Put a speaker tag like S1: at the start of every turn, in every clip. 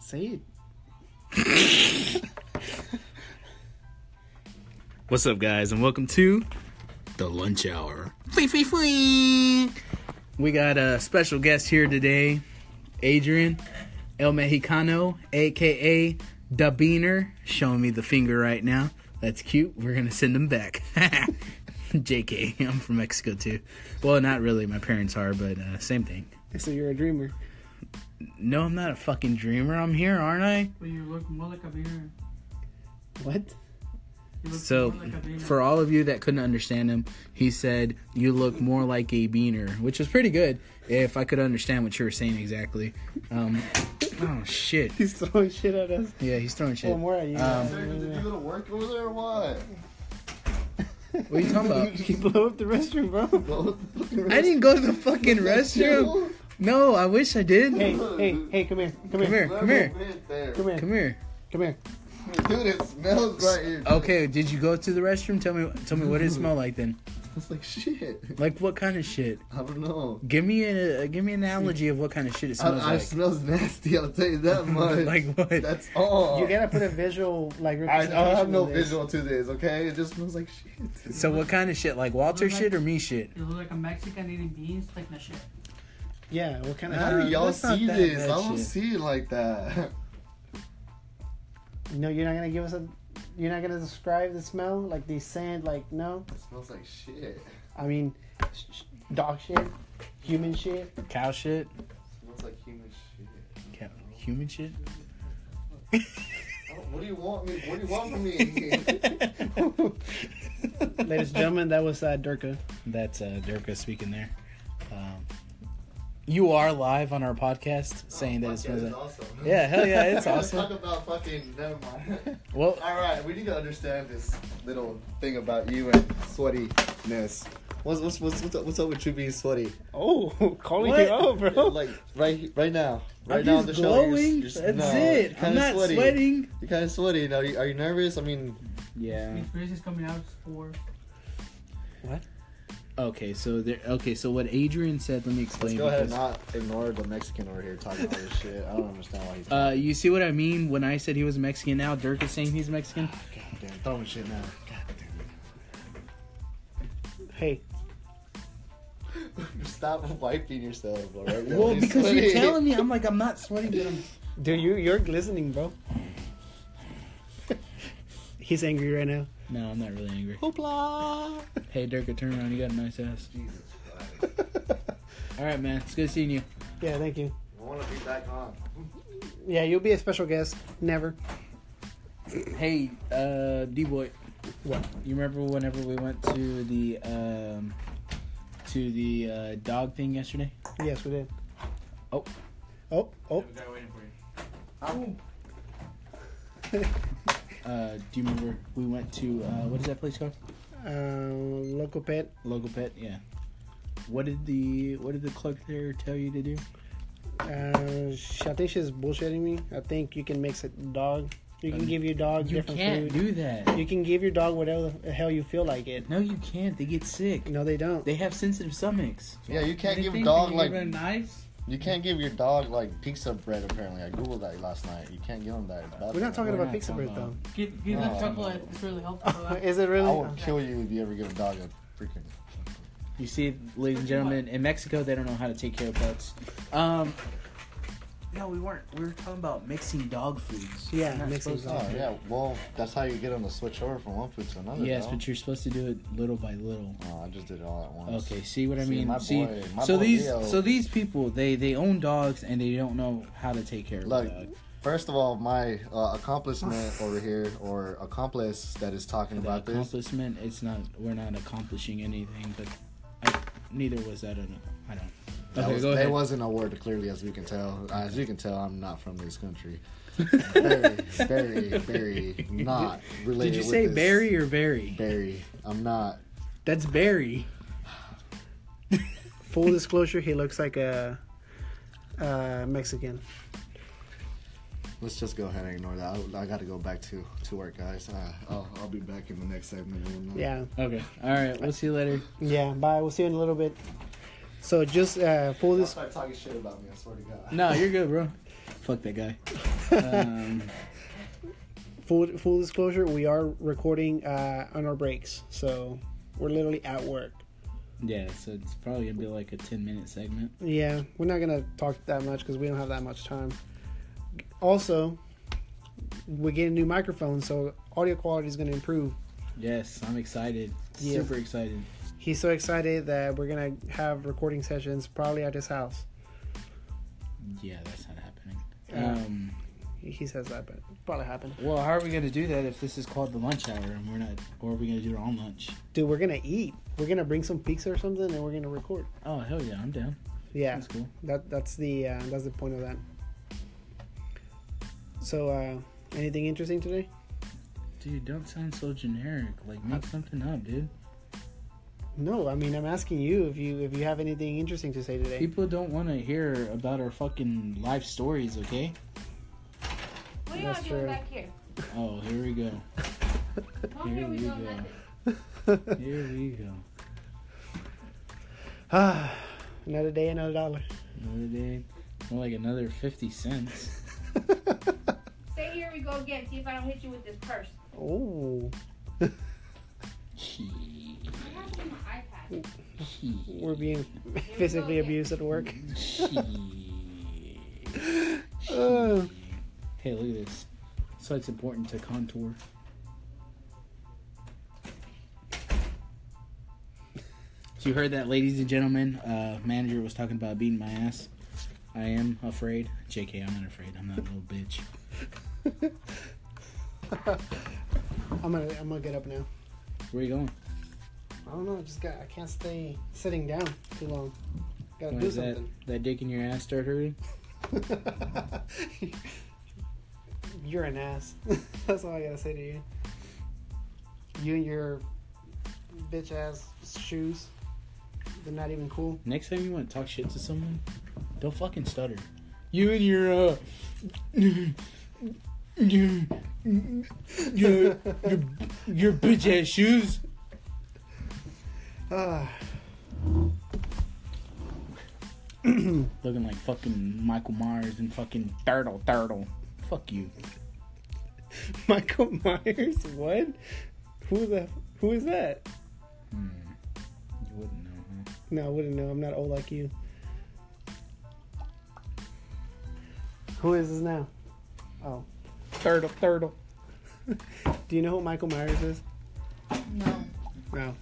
S1: Say it.
S2: What's up, guys, and welcome to the lunch hour. Flee, flee, flee. We got a special guest here today, Adrian El Mexicano, aka Da Beaner, showing me the finger right now. That's cute. We're gonna send him back. JK, I'm from Mexico too. Well, not really. My parents are, but uh, same thing.
S1: so you're a dreamer.
S2: No, I'm not a fucking dreamer. I'm here, aren't I?
S3: But you look more like a beer.
S1: What?
S3: You look
S2: So,
S3: more like a beer.
S2: for all of you that couldn't understand him, he said, You look more like a beaner, which is pretty good if I could understand what you were saying exactly. Um, oh, shit.
S1: He's throwing shit at us.
S2: Yeah, he's throwing shit.
S1: Well, more at you.
S2: Um,
S4: Did you do the work over there or what?
S2: What are you talking about?
S1: you blow up the restroom, bro.
S4: Blow the fucking
S2: I
S4: rest-
S2: didn't go to the fucking restroom.
S4: Level
S2: No, I wish I did.
S1: Hey, hey, hey, come here. Come,
S2: Come here,
S1: here.
S2: come here,
S4: bit there.
S1: Come here.
S2: come here.
S1: Come here.
S4: Dude, it smells right here.
S2: Okay, did you go to the restroom? Tell me, tell me what it smelled like then.
S4: It's like shit.
S2: Like what kind of shit?
S4: I don't know.
S2: Give me a, give me an analogy of what kind of shit it
S4: I,
S2: smells
S4: I
S2: like.
S4: smells nasty. I'll tell you that much.
S2: like what?
S4: that's all.
S1: You gotta put a visual, like,
S4: I, I
S1: representation
S4: have no
S1: of this.
S4: visual to this. Okay, it just smells like shit.
S2: So what kind of shit? Like Walter shit or me shit?
S3: You look like a Mexican eating beans, like the shit.
S1: Yeah, what kind of.
S4: How
S2: Uh,
S4: do y'all
S2: that's not
S4: see
S2: that
S4: this?
S2: bad
S4: I don't
S2: shit.
S4: see it like that.
S1: No, you're not gonna give us a. You're not gonna describe the smell? Like the sand, like, no?
S4: It smells like shit.
S1: I mean, sh- sh- dog shit, human shit.
S2: Cow shit?
S4: It smells like human shit.
S2: Cow, human shit?
S4: Oh, What do you want me? What do you want from me?
S1: Ladies and gentlemen, that was uh, Durka.
S2: That's uh, Durka speaking there. Um, you are live on our podcast saying that it
S4: Fuck yeah,
S2: smells
S4: it's
S2: like.
S4: awesome.
S2: Yeah, hell yeah, it's
S4: We're gonna
S2: awesome.
S4: Talk about fucking. Never mind.
S2: Well,
S4: All right, we need to understand this little thing about you and sweatiness. What's what's what's what's up, what's up with you being sweaty?
S1: Oh, calling
S2: What?
S1: you out,
S4: Yeah,
S1: bro.
S4: Like right right now, right
S2: I'm just
S4: now on the show. you're-
S2: glowing.
S4: you're s-
S2: That's
S4: no, you're
S2: it.
S4: kinda
S2: I'm not sweating.
S4: You're kind of sweaty. Now, you, are you nervous? I mean,
S2: Yeah.
S3: His face is coming out for
S2: Okay, so there. Okay, so what Adrian said. Let me
S4: let's
S2: explain.
S4: go ahead and
S2: because-
S4: not ignore the Mexican over here talking all this shit. I don't understand why he's
S2: uh, you see what I mean when I said he was Mexican? Now Dirk is saying he's Mexican.
S4: damn, throwing shit now.
S1: Hey,
S4: Stop wiping yourself, all right?
S2: Well, because you're telling me, I'm like, I'm not sweating, but I'm.
S1: dude, you you're glistening, bro. He's angry right now.
S2: No, I'm not really angry.
S1: Hoopla!
S2: Hey, Dirk, turn around. You got a nice ass.
S4: Jesus Christ.
S2: All right, man. It's good seeing you.
S1: Yeah, thank you.
S4: I want to be back on.
S1: Yeah, you'll be a special guest. Never.
S2: Hey, uh, D boy.
S1: What?
S2: You remember whenever we went to the um, to the uh, dog thing yesterday?
S1: Yes, we did.
S2: Oh.
S1: Oh, oh.
S3: guy waiting for you.
S2: Uh, do you remember we went to uh, what is that place called?
S1: Uh, local pet.
S2: Local Pet. Yeah. What did the what did the clerk there tell you to do?
S1: Uh, sh- I think she's bullshitting me. I think you can mix a dog. You
S2: Um,
S1: can give your dog different food.
S2: do that.
S1: You can give your dog whatever the hell you feel like it.
S2: No, you can't. They get sick.
S1: No, they don't.
S2: They have sensitive stomachs.
S4: Yeah, you can't
S3: They
S4: give a
S3: think
S4: dog
S3: they
S4: like
S3: give her knives.
S4: You can't give your dog like pizza bread. Apparently, I googled that last night. You can't give him that. That's
S1: We're not talking
S2: We're
S1: about
S2: not
S1: pizza
S2: talking
S1: bread though.
S2: about-
S3: Give give
S4: Oh, No.
S3: them chocolate. It's really helpful. for that.
S1: Is it really?
S4: I will kill you if you ever give a dog a freaking.
S2: You see, ladies and gentlemen, in Mexico they don't know how to take care of pets. Um, no, we weren't. We were talking about mixing dog foods.
S1: Yeah,
S2: You're not
S1: mixing
S2: supposed to-
S4: Oh yeah, well that's how you get them to switch over from one food to another.
S2: Yes,
S4: no?
S2: but you're supposed to do it little by little.
S4: No, I just did it all at once.
S2: Okay, see what I
S4: See,
S2: mean?
S4: my
S2: see,
S4: boy- my
S2: so
S4: boy
S2: these
S4: Leo-
S2: so these people they they own dogs and they don't know how to take care of
S4: Look,
S2: a dog.
S4: first of all, my uh, accomplishment over here or accomplice that is talking
S2: The
S4: about this.
S2: accomplishment, it's not we're not accomplishing anything, but I, neither was that an I don't.
S4: That
S2: okay,
S4: was,
S2: go ahead.
S4: That was an award, clearly, as we can tell. As you can tell, I'm not from this country. very, very, very not related.
S2: Did you
S4: with
S2: say
S4: this.
S2: Barry or Barry?
S4: Barry. I'm not.
S2: That's Barry.
S1: Full disclosure, he looks like a, a Mexican.
S4: Let's just go ahead and ignore that. I, I got to go back to to work, guys. Uh, I'll, I'll be back in the next segment. We'll know.
S1: Yeah,
S2: Okay. All right. We'll see you later.
S1: yeah. Bye. We'll see you in a little bit. So just uh, full
S4: Don't
S1: this
S4: start talking shit about me. I swear to God.
S2: No, you're good, bro. Fuck that guy. Um,
S1: Full full disclosure, we are recording uh, on our breaks, so we're literally at work.
S2: yeah, so it's probably gonna be like a ten minute segment.
S1: Yeah, we're not gonna talk that much because we don't have that much time. Also, we're getting new microphones, so audio quality is gonna improve.
S2: Yes, I'm excited.
S1: Yeah.
S2: Super excited.
S1: He's so excited that we're gonna have recording sessions probably at his house.
S2: Yeah, that's not happening.
S1: Yeah.
S2: Um,
S1: He he says that, but probably happened.
S2: well, how are we gonna do that if this is called the lunch hour and we're not, or are we gonna do it on lunch?
S1: Dude, we're gonna eat. We're gonna bring some pizza or something, and we're gonna record.
S2: Oh hell yeah, I'm down.
S1: Yeah,
S2: That's cool.
S1: that that's the uh, that's the point of that. So, uh, anything interesting today?
S2: Dude, don't sound so generic. Like make something up, dude.
S1: No, I mean I'm asking you if you if you have anything interesting to say today.
S2: People don't want to hear about our fucking life stories, okay?
S5: What are
S1: That's
S5: y'all doing
S1: fair.
S5: back here?
S2: Oh, here we go.
S5: Come
S2: Here
S5: here, we
S2: we
S5: go.
S2: go.
S5: nothing.
S2: Here we go.
S1: Ah, another day, another dollar.
S2: Another day. More like another 50 cents.
S5: Say here we go again. See if I don't hit you with this purse.
S1: oh,
S2: Gee,
S5: What happened to my iPad?
S2: gee,
S1: we're being physically abused at work.
S2: gee.
S1: Uh,
S2: Hey, look at this. So it's important to contour. So you heard that, ladies and gentlemen. Uh, manager was talking about beating my ass. I am afraid. JK, I'm not afraid. I'm not a little bitch.
S1: I'm gonna I'm gonna get up now.
S2: Where you going?
S1: I don't know. I just got I can't stay sitting down too long. Gotta
S2: Why
S1: do
S2: does that,
S1: something.
S2: that dick in your ass start hurting?
S1: You're an ass. That's all I gotta say to you. You and your bitch ass shoes. They're not even cool.
S2: Next time you want to talk shit to someone, don't fucking stutter. You and your uh, your your your, your bitch ass shoes.
S1: Ah,
S2: Looking like fucking Michael Myers and fucking Turtle Turtle. Fuck you.
S1: Michael Myers. What? Who the? Who is that?
S2: Hmm. You wouldn't know, huh?
S1: No, I wouldn't know. I'm not old like you. Who is this now? Oh,
S2: Turtle Turtle.
S1: do you know who Michael Myers is?
S5: No.
S1: No.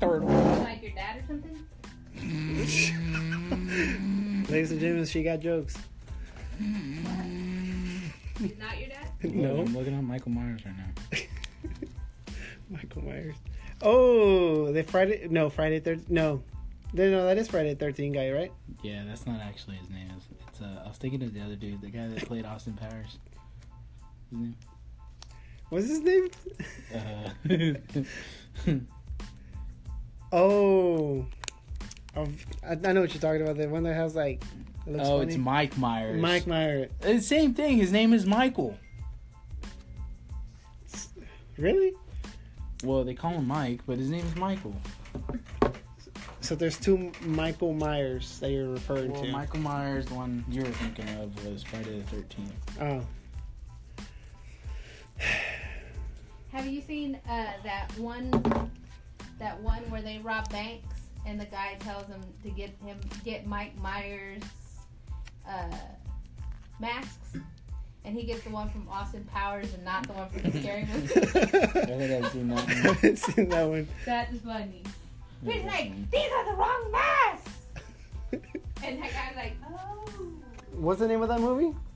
S2: Turtle.
S5: Like your dad or something?
S1: Ladies and gentlemen, she got jokes.
S5: He's not your dad?
S1: No.
S2: I'm looking at Michael Myers right now.
S1: Michael Myers. Oh, the Friday. No, Friday thirteen. No, no, no, that is Friday thirteen guy, right?
S2: Yeah, that's not actually his name. It's, it's uh, I was thinking of the other dude, the guy that played Austin Powers. His name?
S1: What's his name?
S2: Uh,
S1: Oh, I've- I, I know what you're talking about. The one that has like. It looks
S2: oh,
S1: funny.
S2: it's Mike Myers.
S1: Mike Myers.
S2: It's Uh, same thing. His name is Michael.
S1: Really?
S2: Well, they call him Mike, but his name is Michael.
S1: So there's two Michael Myers that you're referring
S2: Well,
S1: to.
S2: Michael Myers, the one you were thinking of, was Friday the 13th.
S1: oh,
S5: Have you seen uh, that one that one where they rob banks and the guy tells him to get him get Mike Myers uh, masks? And he gets the one from Austin Powers and not the one from the scary movie.
S2: I think I've seen that
S1: I
S2: one.
S1: haven't seen that one.
S5: That is funny. He's
S2: that's funny.
S5: like, these are the wrong masks. and that guy's like, oh.
S1: What's the name of that movie?
S5: Um,